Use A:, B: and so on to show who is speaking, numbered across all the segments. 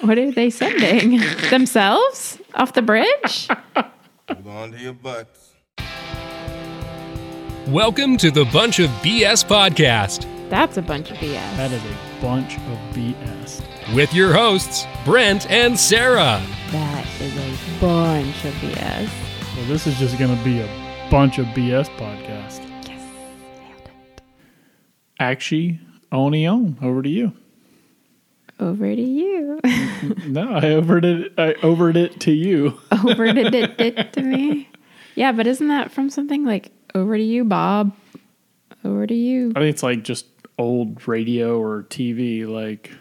A: What are they sending? Themselves? Off the bridge?
B: Hold on to your butts.
C: Welcome to the Bunch of BS podcast
A: That's a bunch of BS.
D: That is a bunch of BS.
C: with your hosts, Brent and Sarah.
A: That is a bunch of BS.
D: Well, this is just going to be a bunch of BS podcast.
A: Yes.
D: Actually, Oni on over to you.
A: Over to you.
D: No, I overed it. I overed it to you.
A: over to, to, to, to me. Yeah, but isn't that from something like over to you, Bob? Over to you.
D: I think it's like just old radio or TV. Like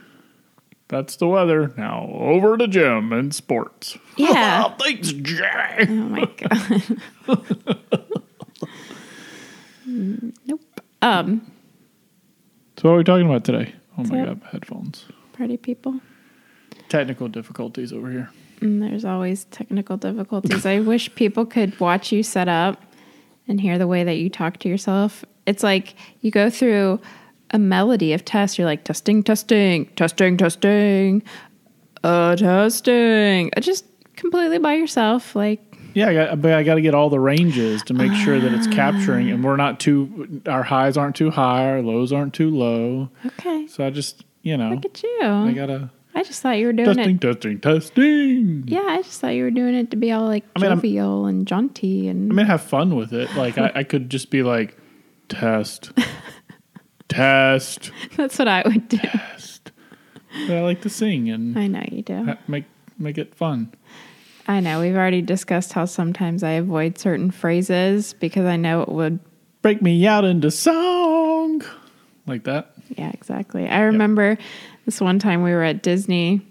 D: that's the weather. Now over to Jim and sports.
A: Yeah.
D: Oh, thanks, Jay.
A: Oh my god. Mm, nope. Um,
D: So what are we talking about today? Oh my
A: So-
D: god, headphones.
A: party people.
D: Technical difficulties over here.
A: And there's always technical difficulties. I wish people could watch you set up and hear the way that you talk to yourself. It's like you go through a melody of tests. You're like testing, testing, testing, testing, uh, testing. Uh, Just completely by yourself. Like
D: Yeah, I got, but I got to get all the ranges to make sure that it's capturing, and we're not too. Our highs aren't too high, our lows aren't too low.
A: okay,
D: So I just, you know,
A: look at
D: I
A: you.
D: gotta
A: I just thought you were doing
D: Oh testing,
A: it.
D: testing, testing.
A: Yeah, I just thought you were doing it to be all like
D: I mean, I'm-
A: jovial and jaunty and
D: I'm gonna have fun with it. Like I, I could just be like, test, test,
A: that's what I would do.
D: test. But I like to sing and
A: I know you do.
D: ha- make make it fun.
A: I know. We've already discussed how sometimes I avoid certain phrases because I know it would.
D: Break me out into song, like that.
A: Yeah, exactly. I remember this one time we were at Disney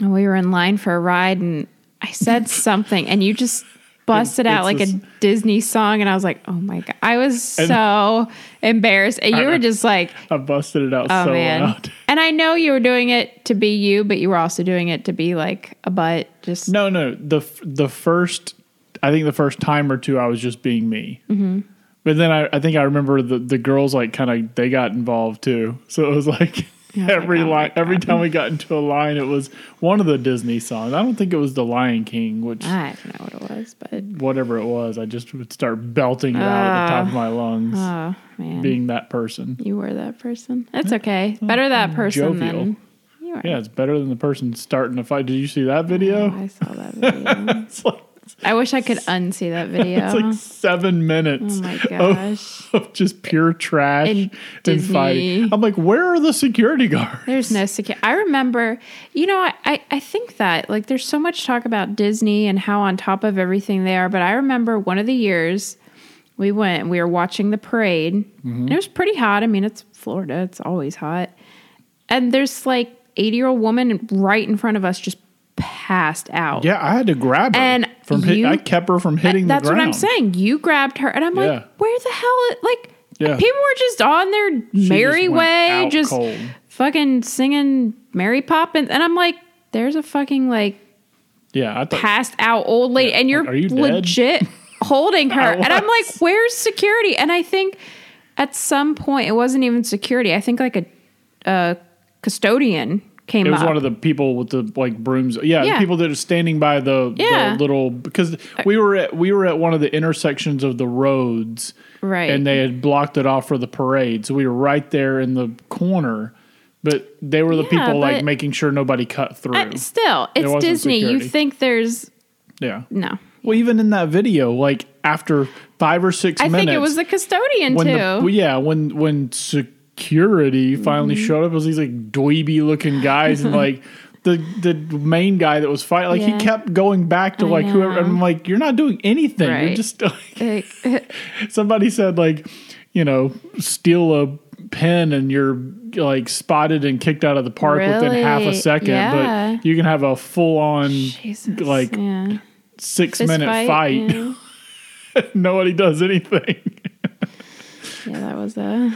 A: and we were in line for a ride and I said something and you just busted
D: It's-
A: out like
D: it's
A: a Disney song and I was like, oh my God. I was so embarrassed. And you were just like,
D: I busted it out
A: oh
D: so
A: man.
D: loud.
A: And I know you were doing it to be you, but you were also doing it to be like a butt. Just,
D: No, no. The f- the first, I think the first time or two, I was just being me. Mm-hmm. But then I, I think I remember the, the girls like kind of they got involved too. So it was like
A: Yeah, like,
D: every
A: oh my
D: line, every time we got into a line, it was one of the Disney songs. I don't think it was the Lion King, which
A: I don't know what it was, but
D: whatever it was, I just would start belting it out at the top of my lungs,
A: oh man.
D: being that person.
A: You were that person. It's okay. Better that person
D: jovial.
A: than you are.
D: Yeah, it's better than the person starting to fight. Did you see that
A: Oh,
D: video?
A: I saw that video.
D: It's like
A: I wish I could unsee that video.
D: it's like seven minutes.
A: Uh-huh. oh my
D: of-
A: gosh.
D: of just pure trash
A: And
D: and, fighting.
A: Disney.
D: I'm like, where are the security guards?
A: There's no security. I remember, you know, I, I, I think that, like, there's so much talk about Disney and how on top of everything they are. But I remember one of the years we went and we were watching the parade.
D: Mm-hmm.
A: And it was pretty hot. I mean, it's Florida, it's always hot. And there's like 80 year old woman right in front of us just passed out.
D: Yeah, I had to grab her
A: And
D: from hit,
A: you-
D: I kept her from hitting
A: That's
D: the
A: what
D: ground.
A: I'm saying. You grabbed her, and I'm
D: Yeah.
A: like, where the hell? i- Like,
D: Yeah.
A: people were just on their
D: just
A: merry
D: went
A: way,
D: out
A: just
D: cold.
A: fucking singing Mary Poppins, and I'm like, there's a fucking like
D: Yeah, I thought
A: passed out old lady, and you're
D: Are you dead?
A: legit holding her,
D: I
A: and I'm like,
D: was.
A: where's security? And I think at some point it wasn't even security. I think like a, a custodian came
D: it was
A: up.
D: one of the people with the like brooms. Yeah,
A: Yeah.
D: the people that are standing by the, the
A: Yeah.
D: little because we were at we were at one of the intersections of the roads,
A: Right.
D: And they had blocked it off for the parade, so we were right there in the corner. But they were the
A: Yeah,
D: people like
A: but-
D: making sure nobody cut through.
A: Uh, still, it's
D: wasn't
A: Disney.
D: security.
A: You think there's
D: yeah.
A: no.
D: Well, even in that video, like after five or six
A: I
D: minutes,
A: think it was the custodian
D: when
A: too.
D: the- well, yeah, when when security finally
A: Mm-hmm.
D: showed up, it was these like dweeby looking guys and like the the main guy that was fighting, like
A: Yeah.
D: he kept going back to
A: I
D: like whoever.
A: know.
D: And I'm like, you're not doing anything. You're
A: Right.
D: just like,
A: Like,
D: somebody said like, you know, steal a pen and you're like spotted and kicked out of the park within half a
A: Really?
D: second,
A: Yeah.
D: but you can have a full on
A: Jesus,
D: like
A: yeah.
D: six
A: Fist
D: minute fight.
A: Yeah.
D: Nobody does anything.
A: Yeah, that was a.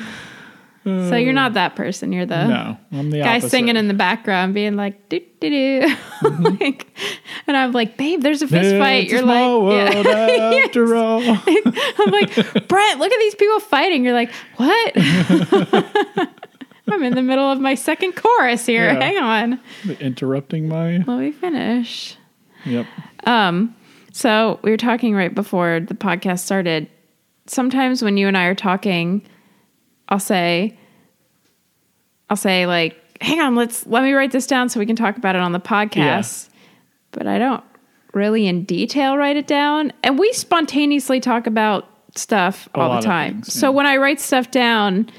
A: So you're not that person. You're the
D: No, I'm the
A: guy Oh.
D: opposite. Mm-hmm.
A: singing in the background, being like, "Do do do," like, and I'm like, "Babe, there's a fist
D: It's
A: fight."
D: a
A: You're
D: small
A: like,
D: world after all.
A: yeah. I'm like, Brent, look at these people fighting. You're like, what? I'm I'm in the middle of my second chorus here.
D: Yeah.
A: Hang on.
D: Interrupting my.
A: Let me finish.
D: Yep.
A: So we were talking right before the podcast started. Sometimes when you and I are talking, I'll say, I'll say like, hang on, let's let me write this down so we can talk about it on the podcast. But I don't really in detail write it down. And we spontaneously talk about stuff all
D: lot
A: the
D: of
A: time.
D: things,
A: So
D: yeah.
A: when I write stuff down,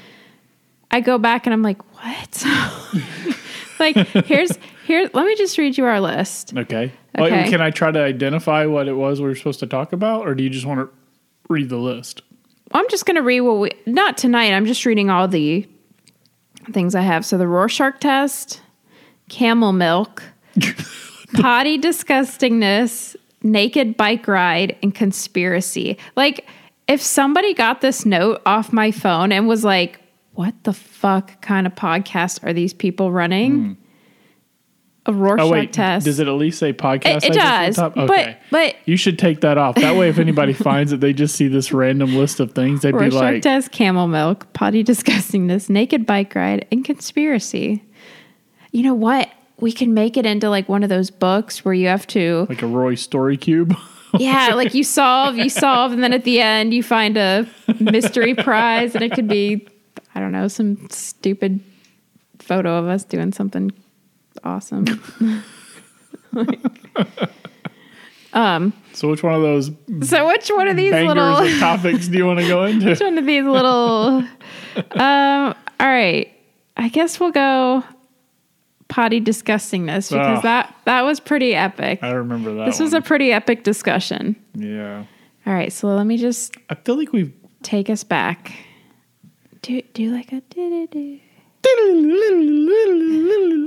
A: I go back and I'm like, what? like here's here let me just read you our list.
D: Okay.
A: Okay.
D: Like, can I try to identify what it was we were supposed to talk about, or do you just want to read the list?
A: I'm just going to read what we, not tonight, I'm just reading all the things I have. So the Rorschach test, camel milk, potty disgustingness, naked bike ride, and conspiracy. Like, if somebody got this note off my phone and was like, what the fuck kind of podcast are these people running? A Rorschach
D: Hmm. Oh wait,
A: test.
D: does it at least say podcast?
A: It- it
D: I just at the
A: does,
D: top?
A: but-
D: Okay.
A: but-
D: you should take that off. That way, if anybody finds it, they just see this random list of things. They'd be
A: Rorschach
D: like,
A: test, camel milk, potty disgustingness, naked bike ride, and conspiracy. You know what? We can make it into like one of those books where you have to,
D: like a Roy story cube.
A: yeah, like you solve, you solve, and then at the end you find a mystery prize, and it could be, I don't know, some stupid photo of us doing something awesome.
D: so, which one of those
A: So, which one of these
D: bangers
A: little
D: of topics do you want to go into?
A: Which one of these little? um, all right, I guess we'll go potty disgustingness because
D: Ugh.
A: that that was pretty epic.
D: Oh. I remember that.
A: This was a pretty epic discussion.
D: yeah.
A: All right, so let me just
D: I feel like we've
A: take us back. Do do like a do do do.
D: Hmm.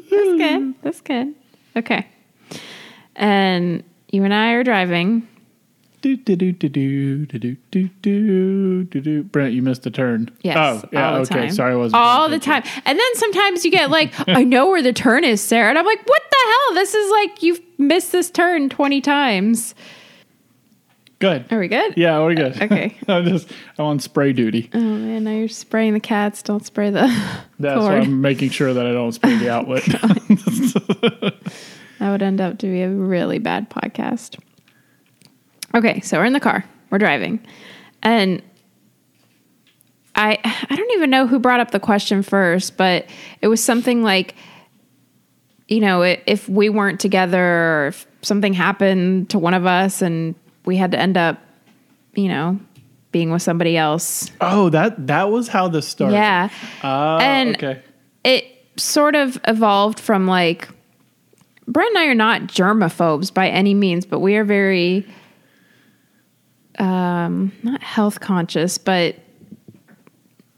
A: That's good. That's good. Okay, and you and I are driving.
D: do do do do do do do do do do. Brent, you missed a turn.
A: Yes.
D: Oh, yeah.
A: all the
D: okay.
A: time.
D: Sorry, I wasn't.
A: All
D: paying
A: the
D: attention.
A: time. And then sometimes you get like, I know where the turn is, Sarah. And I'm like, what the hell? This is like, you've missed this turn 20 times.
D: Good.
A: Are we good?
D: Yeah, we're good.
A: Okay.
D: I'm just I'm on spray duty.
A: Oh, man. Now you're spraying the cats. Don't spray the
D: That's why
A: cord.
D: I'm making sure that I don't spray the outlet.
A: That would end up to be a really bad podcast. Okay, so we're in the car. We're driving. And I I don't even know who brought up the question first, but it was something like you know, i- if we weren't together or if something happened to one of us and we had to end up, you know, being with somebody else.
D: oh, that that was how this started.
A: Yeah.
D: Oh,
A: And-
D: okay.
A: it sort of evolved from like Brett and I are not germaphobes by any means, but we are very um not health conscious, but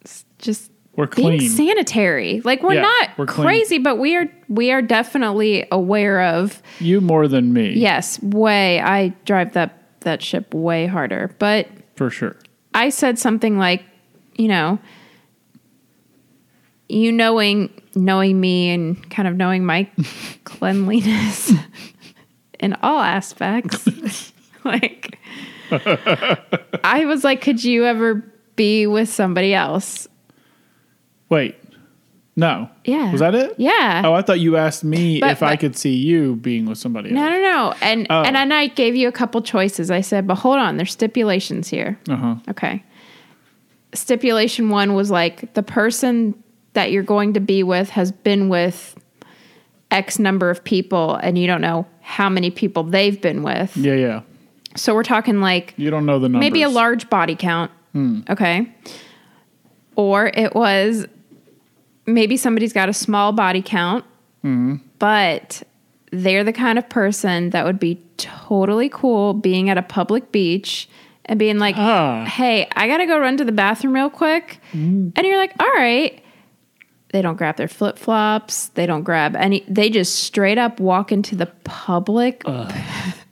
A: s- just
D: We're
A: being
D: clean.
A: sanitary. Like we're
D: Yeah,
A: not
D: we're clean.
A: crazy, but we are we are definitely aware of
D: you more than me.
A: yes, way I drive that that ship way harder. But
D: For sure.
A: I said something like, you know, you knowing knowing me and kind of knowing my cleanliness in all aspects. like I was like, could you ever be with somebody else?
D: Wait. No.
A: Yeah.
D: Was that it?
A: Yeah.
D: Oh, I thought you asked me
A: But-
D: if I
A: but-
D: could see you being with somebody
A: no,
D: else.
A: no, no. And
D: Oh.
A: and then I gave you a couple choices. I said, but hold on, there's stipulations here.
D: Uh huh.
A: Okay. Stipulation one was like the person that you're going to be with has been with X number of people, and you don't know how many people they've been with.
D: Yeah, yeah.
A: So we're talking like
D: You don't know the numbers.
A: maybe a large body count. Okay. Or it was maybe somebody's got a small body count, but they're the kind of person that would be totally cool being at a public beach and being like,
D: Ah. Mm.
A: hey, I got to go run to the bathroom real quick. And you're like, all right. They don't grab their flip flops. They don't grab any. They just straight up walk into the public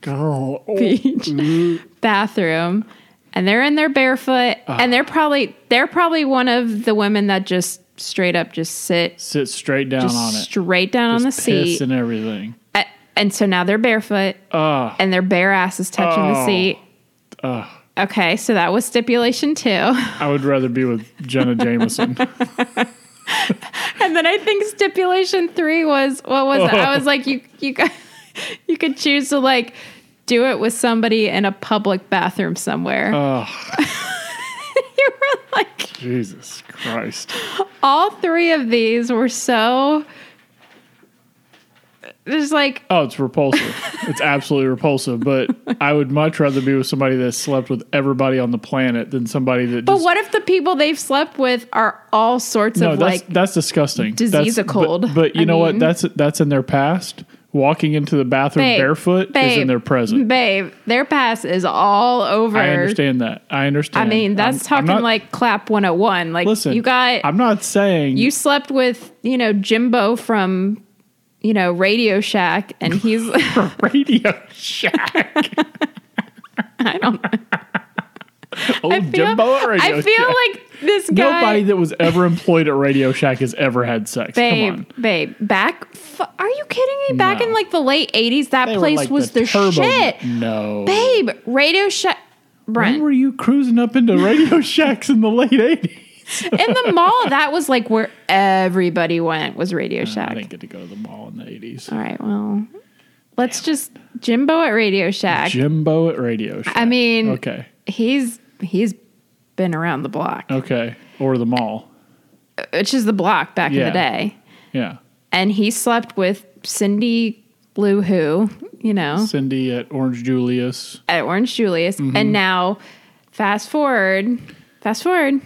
D: Girl.
A: beach
D: Mm-hmm.
A: bathroom and they're in their barefoot
D: Ah.
A: and they're probably they're probably one of the women that just straight up just sit
D: Sit straight down
A: just
D: on it.
A: straight down on the
D: Just piss
A: seat
D: and everything.
A: A- and so now they're barefoot
D: Ah.
A: and their bare ass is touching the
D: Oh. Ah.
A: seat okay so that was stipulation two
D: I would rather be with Jenna Jameson.
A: And then I think stipulation three was what was it? I was
D: Oh.
A: like, you you got, you could choose to like do it with somebody in a public bathroom somewhere.
D: Ah.
A: you were like,
D: Jesus Christ.
A: all three of these were so. There's like
D: Oh, it's repulsive. it's absolutely repulsive. But I would much rather be with somebody that slept with everybody on the planet than somebody that
A: But
D: just.
A: what if the people they've slept with are all sorts
D: no,
A: of
D: that's
A: like
D: that's disgusting.
A: disease
D: that's,
A: of cold.
D: But, but you
A: I
D: know
A: mean-
D: what? That's that's in their past. Walking into the bathroom
A: Babe,
D: barefoot is in
A: babe,
D: their present.
A: babe? Their past is all over.
D: I understand that. I
A: I
D: understand.
A: mean, that's
D: I'm- I'm
A: talking
D: not-
A: like clap 101. Like
D: Listen,
A: you got
D: I'm not saying
A: you slept with, you know, Jimbo from you know, Radio Shack and he's
D: Radio Shack.
A: I don't
D: Old
A: I feel,
D: Jimbo at Radio
A: I feel
D: Shack.
A: like this guy
D: Nobody that was ever employed at Radio Shack has ever had sex. Come
A: Babe,
D: on.
A: babe, back. F- are you kidding me? Back
D: No.
A: in like the late 80s, that
D: They were
A: place
D: like
A: was the,
D: turbo-
A: shit.
D: No.
A: Babe, Radio Shack.
D: When
A: Brent,
D: were you cruising up into Radio Shacks in the late 80s?
A: in the mall, that was like where everybody went was Radio
D: I
A: Shack.
D: didn't get to go to the mall in the 80s.
A: All right, well, let's just Jimbo at Radio Shack.
D: Jimbo at Radio Shack.
A: I mean,
D: okay.
A: he's he's been around the block,
D: Okay. Or the mall.
A: which is the block back in
D: Yeah.
A: the day,
D: Yeah.
A: and he slept with Cindy Lou Who, you know,
D: Cindy at Orange Julius.
A: at Orange Julius,
D: Mm-hmm.
A: and now fast forward, fast forward,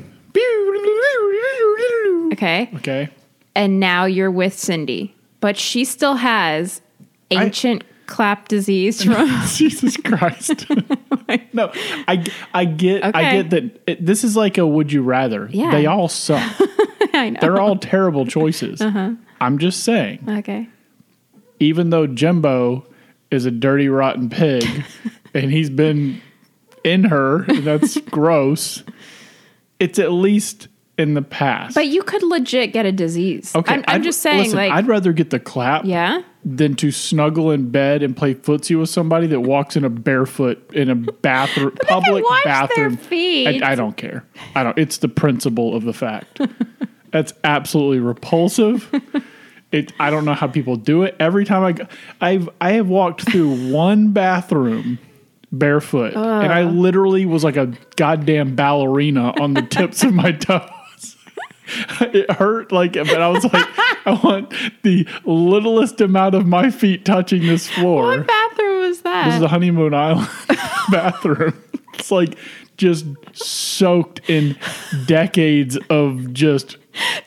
A: okay,
D: Okay.
A: and now you're with Cindy, but she still has ancient clap disease from
D: Jesus Christ. no, I, I get I
A: Okay.
D: get that it, this is like a would you rather.
A: Yeah.
D: They all suck.
A: I know.
D: They're all terrible choices.
A: Uh-huh.
D: I'm just saying,
A: okay.
D: even though Jimbo is a dirty, rotten pig and he's been in her, and that's gross, it's at least in the past.
A: But you could legit get a disease.
D: okay,
A: I'm, I'm
D: I'd-
A: just saying,
D: listen,
A: like,
D: I'd rather get the clap
A: yeah,
D: than to snuggle in bed and play footsie with somebody that walks in a barefoot in a bathroom
A: can
D: public
A: wash their
D: bathroom.
A: feet.
D: I, I don't care. I don't. It's the principle of the fact. That's absolutely repulsive. It, I don't know how people do it. Every time I, go, I've I have walked through one bathroom barefoot, and I literally was like a goddamn ballerina on the tips of my toes. it hurt like, but I was like, I want the littlest amount of my feet touching this floor.
A: what bathroom was that?
D: This is the honeymoon island bathroom. It's like just soaked in decades of just.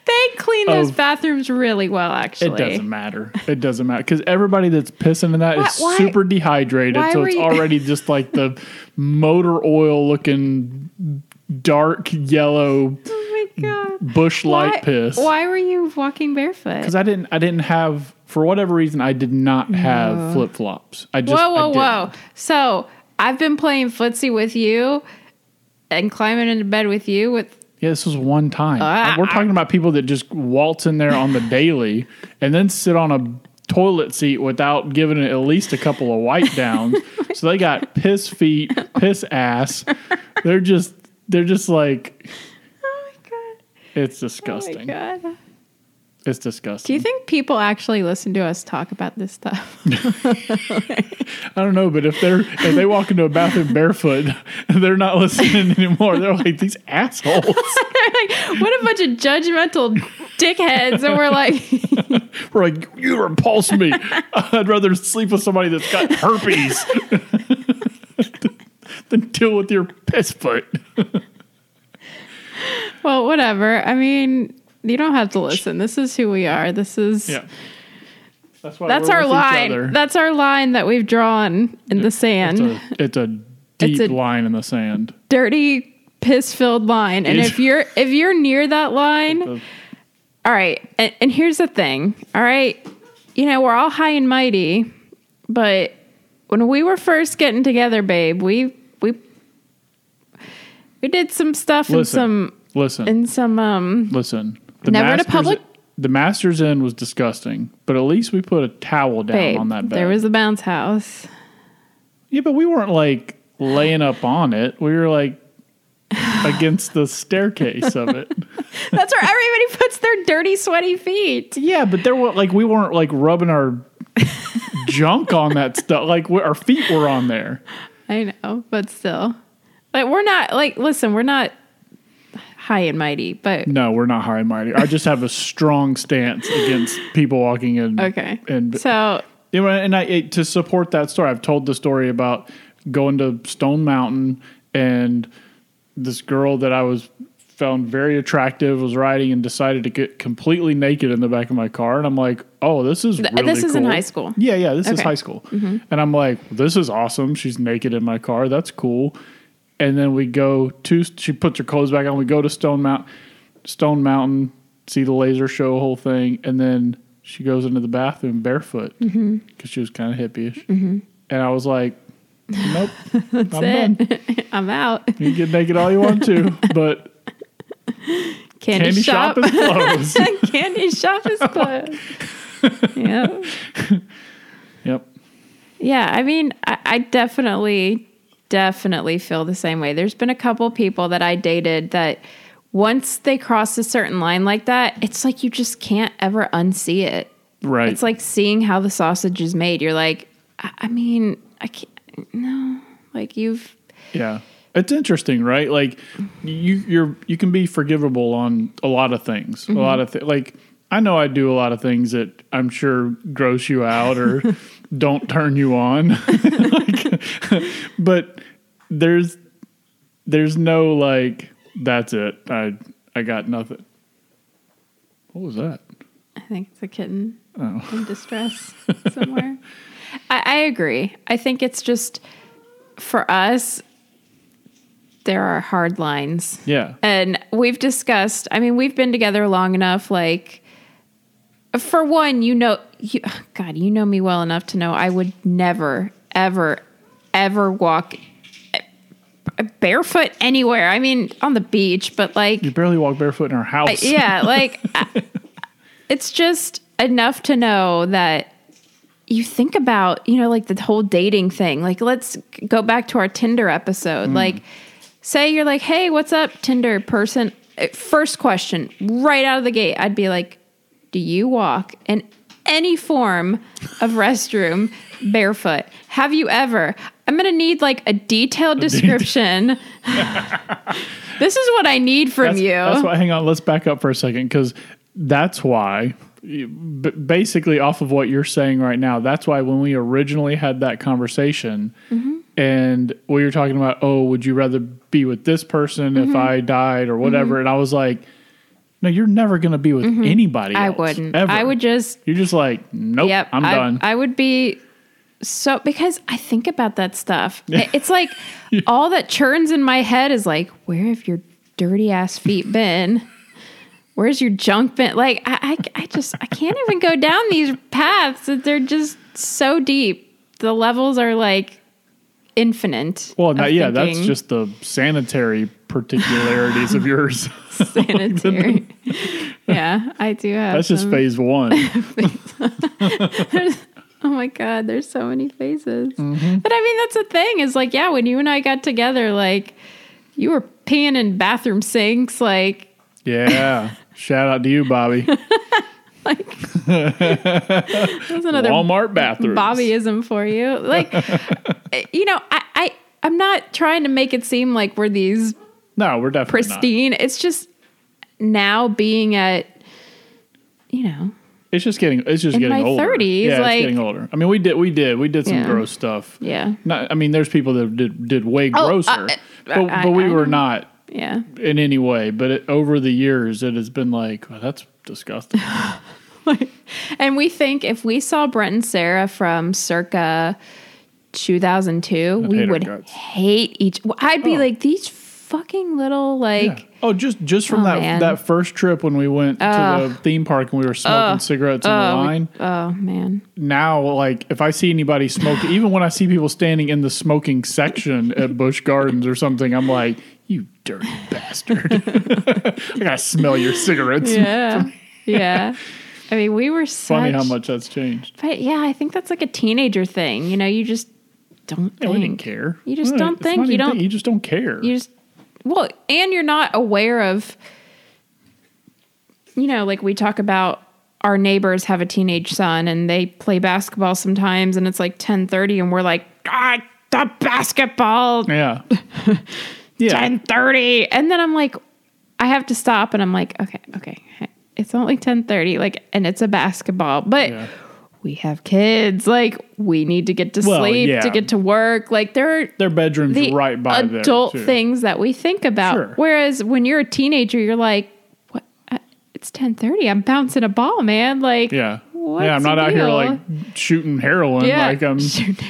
A: they clean those
D: of-
A: bathrooms really well,
D: Oh. It
A: actually.
D: doesn't matter. It doesn't matter because everybody that's pissing in that is
A: Why- why-
D: super dehydrated,
A: why
D: so
A: were
D: it's
A: you-
D: already just like the motor oil looking dark yellow
A: Oh my god.
D: bush light
A: why,
D: piss.
A: Why were you walking barefoot?
D: Because I didn't. I didn't have for whatever reason. I did not have flip flops. I just
A: Whoa,
D: I
A: whoa,
D: didn't.
A: whoa! So I've been playing footsie with you and climbing into bed with you with.
D: Yeah, this was one time.
A: Ah.
D: We're talking about people that just waltz in there on the daily and then sit on a toilet seat without giving it at least a couple of wipe downs. so they got piss feet, piss ass. They're just they're just like
A: Oh my god!
D: it's
A: Oh my
D: disgusting.
A: god!
D: it's
A: Do
D: disgusting.
A: you think people actually listen to us talk about this stuff?
D: I don't know, but if they're if they walk into a bathroom barefoot, they're not listening anymore. They're like these assholes.
A: what a bunch of judgmental dickheads! And we're like,
D: We're like, you repulse me. I'd rather sleep with somebody that's got herpes than deal with your piss foot.
A: well, whatever. I mean, you don't have to listen. This is who we are. This is.
D: Yeah. That's, why
A: That's
D: we're
A: our
D: with each
A: line.
D: other.
A: That's our line that we've drawn in the sand.
D: it's, a, it's a deep
A: a-
D: line in the sand.
A: dirty piss-filled line. And
D: Yes.
A: if you're if you're near that line,
D: The-
A: all right. And, and here's the thing. All right. You know, we're all high and mighty, but when we were first getting together, babe, we we we did some stuff and
D: Listen,
A: some
D: listen,
A: and some um
D: listen. The
A: Never in a
D: Masters-
A: public-
D: The Masters Inn was disgusting, but at least we put a towel down
A: babe.
D: on that bed.
A: There was a bounce house.
D: yeah, but we weren't like laying up on it. We were like against the staircase of it.
A: That's where everybody puts their dirty, sweaty feet.
D: Yeah, but there were like we weren't like rubbing our junk on that stuff. Like we, our feet were on there.
A: I know, but still. Like, we're not, like, listen, we're not high and mighty, but
D: No, we're not high and mighty. I just have a strong stance against people walking in.
A: okay.
D: And
A: so,
D: You know, and I it, to support that story, I've told the story about going to Stone Mountain and this girl that I was found very attractive was riding and decided to get completely naked in the back of my car, and I'm like, oh, this is really
A: this is in
D: cool.
A: high school.
D: Yeah, yeah, this is
A: Okay. Mm-hmm.
D: high school, and I'm like, this is awesome. She's naked in my car. That's cool. And then we go to she puts her clothes back on. We go to Stone Mountain, Stone Mountain, see the laser show whole thing, and then she goes into the bathroom barefoot because
A: Mm-hmm.
D: she was kind of hippie-ish. And I was like, nope, I'm done.
A: it. I'm out.
D: You can get naked all you want to, but
A: Candy,
D: candy shop
A: shop.
D: is closed.
A: candy shop is closed. yeah.
D: yep.
A: Yeah, I mean, I, I definitely, definitely feel the same way. There's been a couple people that I dated that once they cross a certain line like that, it's like you just can't ever unsee it.
D: Right.
A: It's like seeing how the sausage is made. You're like, I, I mean, I can't, no, like you've,
D: Yeah. It's interesting, right? Like you you're you can be forgivable on a lot of things. A
A: Mm-hmm.
D: lot of th- like I know I do a lot of things that I'm sure gross you out or don't turn you on. Like, but there's there's no like that's it. I I got nothing. What was that?
A: I think it's a kitten in distress somewhere. I, I agree. I think it's just for us, there are hard lines.
D: Yeah.
A: And we've discussed, I mean, we've been together long enough. Like, for one, you know, you, God, you know me well enough to know I would never, ever, ever walk barefoot anywhere. I mean, on the beach, but like,
D: You barely walk barefoot in our house.
A: yeah, like, I- it's just enough to know that you think about, you know, like the whole dating thing. Like, let's go back to our Tinder
D: Mm.
A: episode. Like, say you're like, hey, what's up, Tinder person? Uh, First question, right out of the gate, I'd be like, do you walk in any form of restroom barefoot? Have you ever? I'm going to need like a detailed description. this is what I need from
D: that's,
A: you.
D: That's why. Hang on. Let's back up for a second because that's why. you- b- Basically, off of what you're saying right now, that's why when we originally had that conversation,
A: Mm-hmm.
D: and we were talking about, oh, would you rather be with this person if
A: Mm-hmm.
D: I died or whatever, and I was like, no, you're never gonna be with anybody.
A: Mm-hmm. I
D: else,
A: wouldn't.
D: ever.
A: I would just
D: You're just like, nope.
A: yep.
D: I'm
A: I-
D: done.
A: I would be so because I think about that stuff. It- It's like all that churns in my head is like, where have your dirty ass feet been? Where's your junk been? Like I, I, I just I can't even go down these paths. that They're just so deep. The levels are like infinite.
D: well,
A: of
D: that, yeah, that's
A: thinking.
D: just the sanitary particularities of yours.
A: sanitary. yeah, I do have.
D: That's just
A: some-
D: phase one.
A: Oh my god, there's so many faces.
D: Mm-hmm.
A: But I mean, that's the thing is like, yeah, when you and I got together, like you were peeing in bathroom sinks, like
D: Yeah. Shout out to you, Bobby.
A: that's another
D: Walmart bathroom.
A: Bobbyism for you. Like, eh, you know, I, I I'm not trying to make it seem like we're these
D: No, we're definitely not.
A: pristine. It's just now being at, you know,
D: It's just getting. It's just
A: In
D: getting
A: my
D: older.
A: 30s,
D: yeah,
A: like-
D: it's getting older. I mean, we did. We did. We did some
A: Yeah.
D: gross stuff.
A: yeah,
D: Not. I mean, there's people that did did way
A: Oh, uh,
D: grosser,
A: uh,
D: but
A: I-
D: but we
A: I
D: were
A: know.
D: not
A: yeah.
D: in any way. But it, over the years, it has been like "Oh, that's disgusting.
A: And we think if we saw Brent and Sarah from circa 2002, we
D: hate our
A: would
D: guts.
A: hate each. well, I'd be
D: Oh.
A: like these fucking little like.
D: Yeah. Oh, just just from
A: Oh,
D: that
A: man.
D: that first trip when we went to the theme park and we were smoking cigarettes in the line.
A: Oh man,
D: now like if I see anybody smoking, even when I see people standing in the smoking section at Busch Gardens or something, I'm like, you dirty bastard. I gotta smell your cigarettes.
A: yeah, yeah. I mean, we were such,
D: Funny how much that's changed.
A: But yeah, I think that's like a teenager thing. You know, you just don't
D: Yeah,
A: think.
D: we didn't care.
A: You just
D: Well,
A: don't
D: it's
A: think,
D: not
A: you
D: even
A: don't-
D: You just don't care.
A: You just well, and you're not aware of you know, like we talk about our neighbors have a teenage son and they play basketball sometimes and it's like 10:30 and we're like, "God, the basketball
D: Yeah. yeah.
A: 10:30." And then I'm like I have to stop and I'm like, "Okay, okay. It's only 10:30 like and it's a basketball." But
D: Yeah.
A: we have kids. Like we need to get to
D: Well,
A: sleep,
D: yeah.
A: to get to work. Like there are
D: Their bedroom's
A: the
D: right by there,
A: adult
D: too.
A: things that we think about.
D: Sure.
A: Whereas when you're a teenager, you're like, "What? Uh, It's ten thirty. I'm bouncing a ball, man. Like,
D: Yeah.
A: What's
D: yeah, I'm not
A: the
D: out here
A: deal?
D: like shooting heroin.
A: yeah.
D: Like um, I'm.
A: Shoot.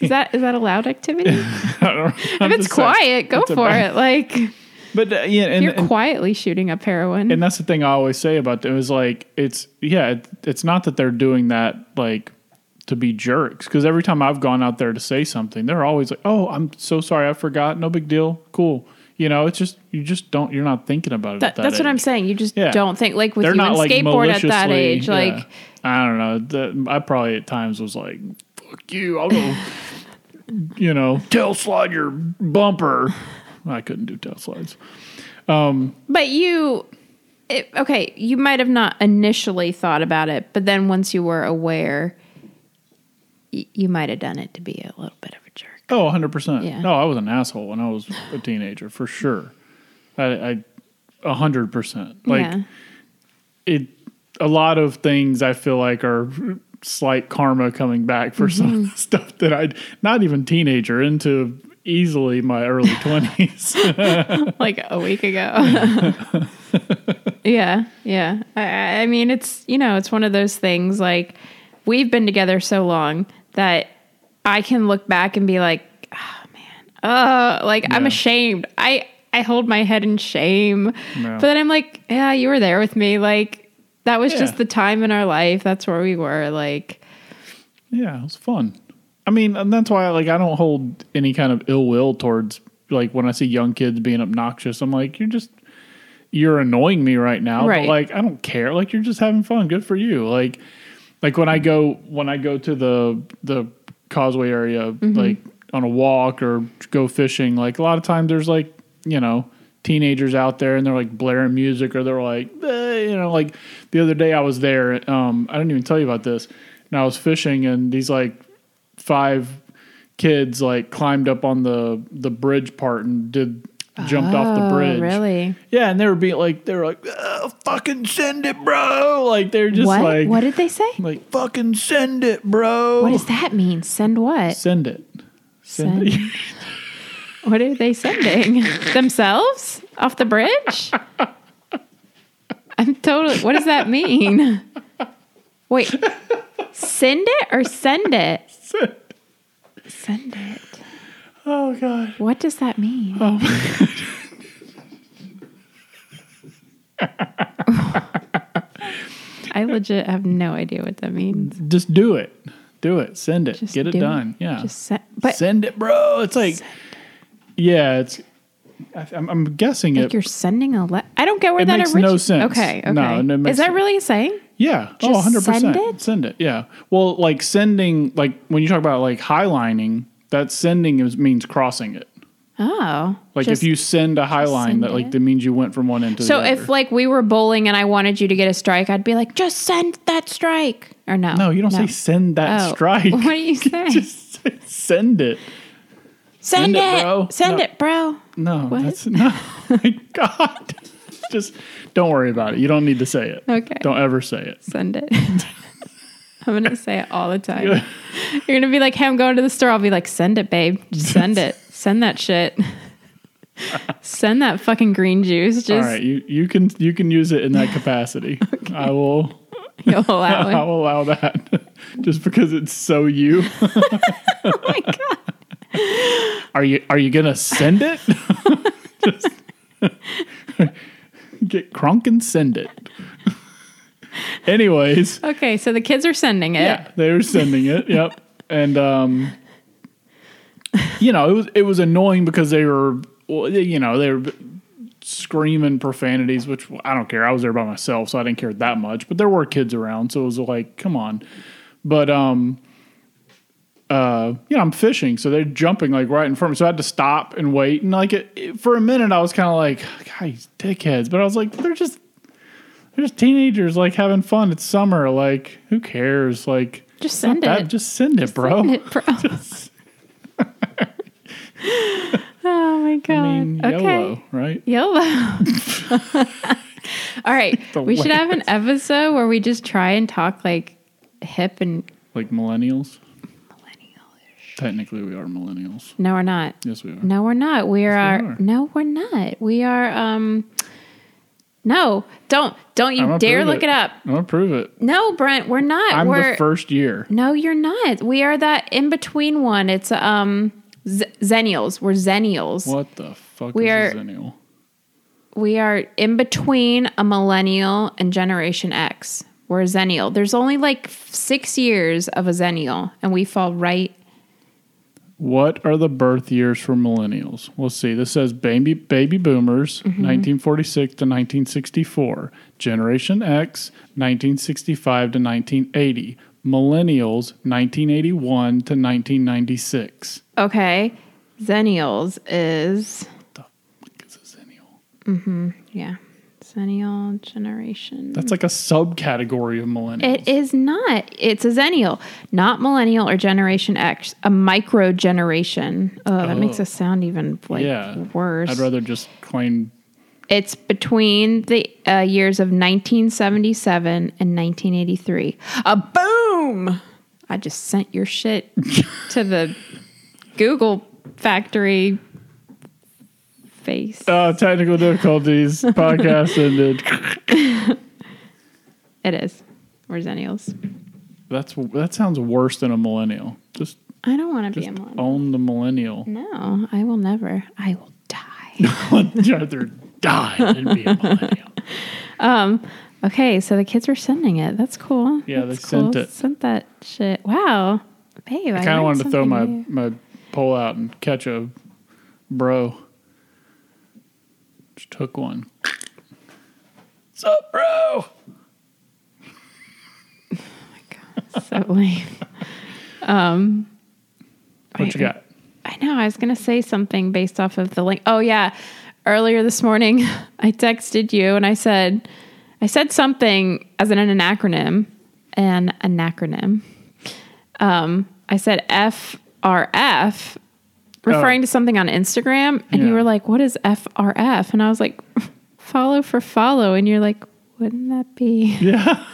A: is that is that allowed activity? if
D: I don't, I'm
A: it's
D: just saying.
A: quiet, go
D: It's a
A: for
D: bad-
A: it. Like
D: But uh, yeah, and,
A: you're
D: and,
A: quietly shooting up heroin.
D: and that's the thing I always say about them is like it's yeah, it, it's not that they're doing that like to be jerks because every time I've gone out there to say something, they're always like, "Oh, I'm so sorry, I forgot. No big deal. Cool." You know, it's just you just don't you're not thinking about it.
A: That-
D: at that
A: that's what I'm
D: age.
A: saying. You just
D: Yeah.
A: don't think like with
D: They're
A: you
D: not
A: and
D: like
A: skateboard at that
D: maliciously-
A: age.
D: yeah.
A: Like
D: I don't know. That, I probably at times was like, "Fuck you! I'll go." you know, tail slide your bumper. I couldn't do tail slides.
A: But you, it, okay, you might have not initially thought about it, but then once you were aware, y- you might have done it to be a little bit of a jerk.
D: Oh, 100%.
A: Yeah.
D: No, I was an asshole when I was a teenager, for sure. I, I 100%. Like,
A: yeah.
D: it, a lot of things I feel like are slight karma coming back for some
A: Mm-hmm.
D: of the stuff that I'd not even teenager into easily my early 20s.
A: Like a week ago. yeah. Yeah. I- I, I mean, it's, you know, it's one of those things like we've been together so long that I can look back and be like, oh, man, oh, like I'm
D: Yeah.
A: ashamed. I, I hold my head in shame.
D: No.
A: But then I'm like, yeah, you were there with me. Like, that was
D: Yeah.
A: just the time in our life. That's where we were. Like,
D: yeah, it was fun. I mean, and that's why like I don't hold any kind of ill will towards like when I see young kids being obnoxious. I'm like, you're just you're annoying me right now.
A: Right.
D: But like I don't care. Like you're just having fun. Good for you. Like like when
A: Mm-hmm.
D: I go when I go to the the causeway area
A: Mm-hmm.
D: like on a walk or go fishing, like a lot of times there's like, you know, teenagers out there and they're like blaring music or they're like eh, you know, like the other day I was there, um, I didn't even tell you about this. And I was fishing and these like five kids like climbed up on the the bridge part and did jumped off the
A: oh,
D: bridge.
A: really?
D: Yeah, and they were being like, they were like, "Ugh, fucking send it, bro. Like they're just
A: what?
D: like,
A: what did they say?
D: like fucking send it, bro.
A: What does that mean? Send what?
D: send it?
A: Send-
D: Send it.
A: What are they sending? Themselves off the bridge? I'm totally. What does that mean? Wait, send it or send it? Send it.
D: oh god.
A: What does that mean?
D: Oh
A: I legit have no idea what that means.
D: Just do it. Do it. Send it.
A: Just
D: Get it
A: do
D: done. Yeah.
A: Just send, but
D: send it, bro. It's like, yeah, it's. I, I'm, I'm guessing
A: like
D: it.
A: you're sending a letter. I don't get where
D: It
A: that
D: makes no
A: origi-
D: sense.
A: Okay, okay.
D: No, and it
A: Is
D: makes-
A: that really a saying?
D: Yeah. oh,
A: Just
D: 100%.
A: send it?
D: Send it. Yeah. Well, like sending, like when you talk about like highlining, that sending is, means crossing it.
A: Oh,
D: Like
A: just-
D: if you send a high line,
A: send
D: that like
A: it.
D: that means you went from one end to
A: So
D: the other.
A: if like we were bowling and I wanted you to get a strike, I'd be like, just send that strike. Or no?
D: no, you don't say send that
A: Oh.
D: strike.
A: What do you say?
D: Just say send it.
A: send,
D: send it,
A: it,
D: bro.
A: send
D: No.
A: it, bro.
D: No,
A: What?
D: that's no. My God, just don't worry about it. You don't need to say it.
A: Okay.
D: Don't ever say it.
A: Send it. I'm gonna say it all the time. You're gonna be like, hey, I'm going to the store. I'll be like, send it, babe. Just send it. Send that shit. send that fucking green juice. Just
D: All right, you you can you can use it in that capacity. I will
A: you'll
D: I
A: allow it.
D: will allow that just because it's so you.
A: Oh my god.
D: Are you are you gonna send it? Just- get crunk and send it. Anyways,
A: Okay, so the kids are sending it.
D: yeah, they were sending it. Yep, and um, you know it was it was annoying because they were well, you know they were screaming profanities, which I don't care. I was there by myself, so I didn't care that much. But there were kids around, so it was like, come on. But um, uh, yeah, I'm fishing, so they're jumping like right in front of me. So I had to stop and wait, and like it, it- for a minute, I was kind of like, guys, dickheads. But I was like, they're just There's teenagers like having fun. It's summer. Like, who cares? Like,
A: Just
D: it's not
A: send
D: bad.
A: it.
D: Just send it, bro.
A: oh my god.
D: I mean,
A: okay.
D: YOLO, right?
A: YOLO. All right.
D: The
A: we should have an episode where we just try and talk like hip and
D: Like millennials. Millennials. Technically, we are millennials.
A: no we're not.
D: Yes, we are.
A: No we're not. We are,
D: we are.
A: no we're not. We are um No, don't don't
D: I'm
A: you
D: gonna
A: dare
D: prove
A: look it. up.
D: I'm gonna prove it.
A: No, Brent, we're not.
D: I'm
A: we're
D: the first year.
A: No, you're not. We are that in between one. It's um z- Zennials. We're Zennials.
D: What the fuck
A: We
D: is
A: are-
D: a zennial?
A: We are in between a millennial and Generation X. We're a zennial. There's only like f- six years of a zennial, and we fall right.
D: What are the birth years for millennials? We'll see. This says baby baby boomers,
A: Mm-hmm.
D: 1946 to 1964. Generation X, 1965 to 1980. Millennials, 1981 to 1996.
A: Okay. Zennials is,
D: Fuck is a zennial?
A: yeah, zennial generation.
D: That's like a subcategory of millennials.
A: It is not. It's a zennial, not millennial or Generation X, a micro generation. Oh, that makes us sound even like
D: yeah.
A: worse.
D: I'd rather just claim
A: It's between the uh, years of 1977 and 1983. A boom! I just sent your shit to the Google factory face.
D: uh, technical difficulties. podcast ended.
A: It is. We're Zennials.
D: That's that sounds worse than a millennial. Just
A: I don't want to be a millennial.
D: own the millennial.
A: No, I will never. I will die.
D: I'd rather die than be a millennial.
A: okay, so the kids are sending it. That's cool.
D: Yeah, they
A: That's
D: sent it.
A: Sent that shit. Wow. Babe, I,
D: I kind of wanted to throw my
A: New.
D: my pole out and catch a bro. Just took one. What's up, bro?
A: So lame.
D: What you got?
A: I know. I was going to say something based off of the link. Oh, yeah. Earlier this morning, I texted you and I said, I said something as an, an acronym, an, an acronym. Um, I said FRF, referring
D: Oh.
A: to something on Instagram. And you
D: Yeah.
A: were like, what is FRF? And I was like, follow for follow. And you're like, wouldn't that be
D: Yeah,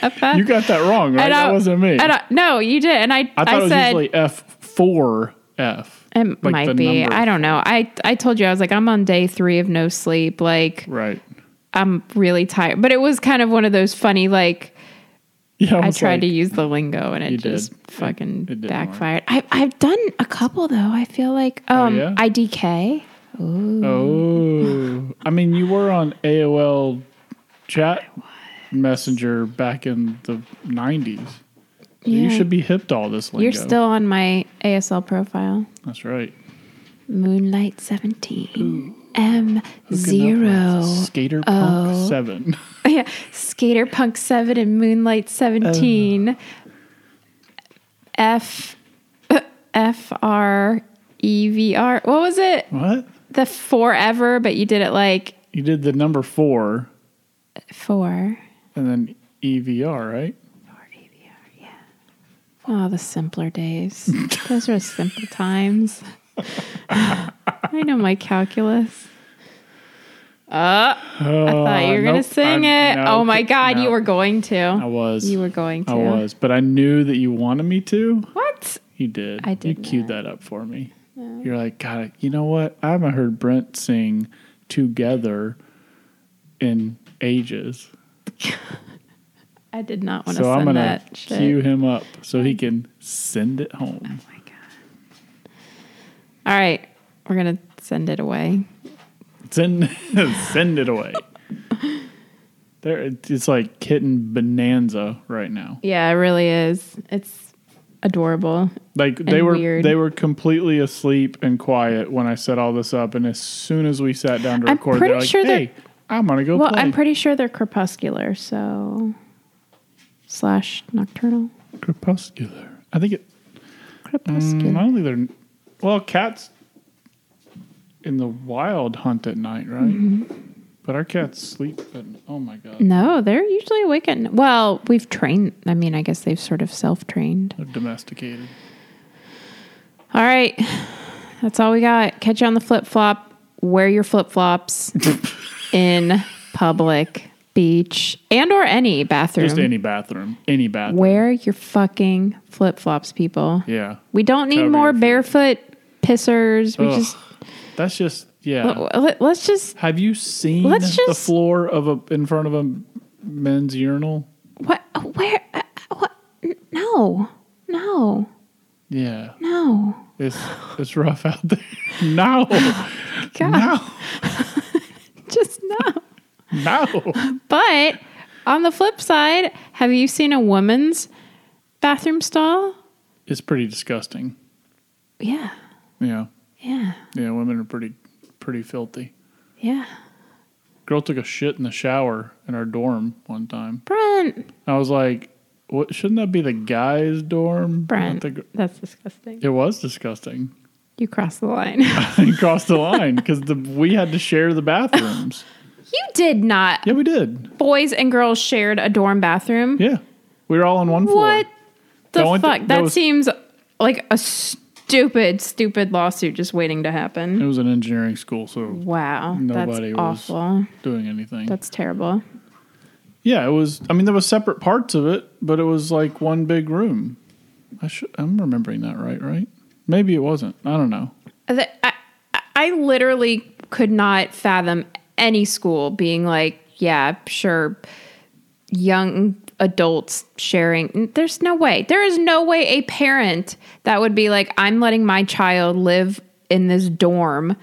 A: FF?
D: you got that wrong, right?
A: And I-
D: That wasn't me.
A: and
D: I,
A: I- no, you did. And I, I,
D: thought it was
A: said,
D: usually F four F.
A: It might be. I don't know. I I told you I was like I'm on day three of no sleep. Like
D: Right.
A: I'm really tired. But it was kind of one of those funny like
D: Yeah,
A: I,
D: was
A: tried to
D: like,
A: use the lingo and it
D: You did.
A: just fucking
D: it didn't work.
A: backfired. I I've done a couple though. I feel like um
D: Oh, yeah?
A: IDK.
D: Oh, I mean, you were on AOL chat messenger back in the '90s. So You
A: Yeah.
D: should be hip to all this lingo.
A: You're still on my ASL profile.
D: That's right.
A: Moonlight 17. M zero. oh.
D: Skater Punk Seven.
A: yeah. Skater Punk 7 and Moonlight 17. F uh, F R E V R. What was it?
D: What?
A: The forever, but you did it like
D: You did the number four
A: four.
D: and then EVR, right?
A: Oh, the simpler days. Those were simple times. I know my calculus.
D: Oh,
A: I thought you were going
D: nope,
A: to sing
D: I-
A: it.
D: no,
A: oh my God,
D: no.
A: you were going to.
D: I was.
A: You were going to.
D: I was, but I knew that you wanted me to.
A: What?
D: You did.
A: I did
D: You queued that up for me. You're like, God, you know what? I haven't heard Brent sing together in ages.
A: I did not want to
D: So
A: send
D: I'm going to
A: that shit. Oh
D: queue him up so he can send it home.
A: my god. All right, we're gonna send it away.
D: Send, send it away. There, it's like kitten bonanza right now.
A: Yeah, it really is. It's adorable.
D: Like they were
A: weird.
D: they were completely asleep and quiet when I set all this up, and as soon as we sat down to
A: I'm
D: record,
A: pretty
D: they're like,
A: sure they're-
D: "Hey, I'm gonna go
A: Well,
D: play."
A: I'm pretty sure they're crepuscular, so slash nocturnal.
D: crepuscular. I think it.
A: Crepuscular.
D: Mm, I don't think they're.
A: Mm-hmm.
D: Well, cats in the wild hunt at night, right? But our cats sleep. But oh my god,
A: No, they're usually awake at. n- Well, we've trained. I mean, I guess they've sort of self trained.
D: they're domesticated.
A: All right. That's all we got. Catch you on the flip flop. Wear your flip flops in public, beach, and or any bathroom.
D: Just any bathroom, any bathroom.
A: Wear your fucking flip flops, people.
D: Yeah,
A: We don't need
D: Cover
A: more
D: your feet.
A: barefoot pissers. We
D: Ugh.
A: just
D: that's just yeah.
A: let, let's just
D: Have you seen
A: Let's
D: the
A: just-
D: floor of a in front of a men's urinal?
A: what where uh, what no no
D: Yeah,
A: no
D: it's it's rough out there. No,
A: God,
D: no,
A: just no.
D: no.
A: But on the flip side, have you seen a woman's bathroom stall?
D: It's pretty disgusting.
A: Yeah,
D: Yeah,
A: yeah,
D: yeah. Women are pretty pretty filthy.
A: yeah.
D: Girl took a shit in the shower in our dorm one time.
A: Brent,
D: I was like, "What? Shouldn't that be the guy's dorm?" Not
A: Brent,
D: the gr-
A: that's disgusting.
D: it was disgusting.
A: You crossed the line. you
D: He crossed the line because the we had to share the bathrooms.
A: did not.
D: Yeah, we did.
A: Boys and girls shared a dorm bathroom.
D: Yeah, we were all on one floor.
A: What the
D: That one-
A: fuck?
D: that
A: that
D: was-
A: seems like a stupid, stupid lawsuit just waiting to happen.
D: It was an engineering school, so
A: Wow,
D: Nobody
A: that's
D: was-
A: awful.
D: doing anything.
A: That's terrible.
D: yeah, it was. I mean, there was separate parts of it, but it was like one big room. I should. I'm remembering that right, right? Maybe it wasn't. I don't know.
A: I, I- I literally could not fathom any school being like, yeah, sure, young adults sharing. There's no way. There is no way a parent that would be like, I'm letting my child live in this dorm.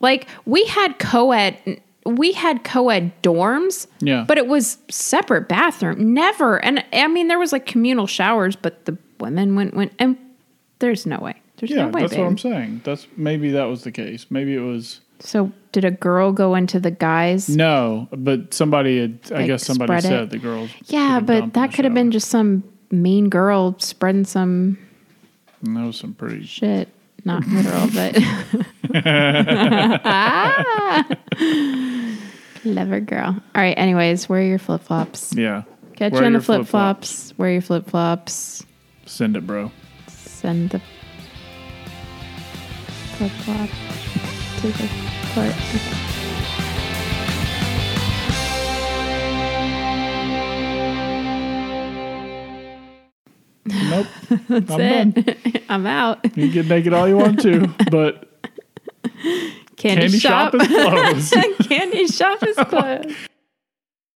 A: Like, we had co ed. We had co-ed dorms,
D: Yeah.
A: but it was separate bathroom. Never, and I mean there was like communal showers, but the women went went and there's no way. There's
D: Yeah,
A: no way.
D: that's what
A: babe.
D: I'm saying. That's maybe that was the case. Maybe it was
A: So did a girl go into the guys?
D: no, but somebody. Had, I
A: Like,
D: guess somebody
A: spread it.
D: said the girls.
A: yeah,
D: took a dump in
A: but
D: the
A: that could have
D: shower.
A: been just some mean girl spreading some
D: And that was some pretty
A: shit. Not literal, but Ah! clever girl. All right. Anyways, wear your flip flops.
D: Yeah.
A: Catch
D: Wear
A: you on the
D: your
A: flip
D: flip-flops.
A: flops. Wear your flip flops.
D: Send it, bro.
A: Send the flip flop to the court.
D: Nope. That's I'm
A: it.
D: done.
A: I'm out. Candy,
D: You can get naked all you want to, but candy shop
A: shop
D: is closed.
A: Candy shop is closed.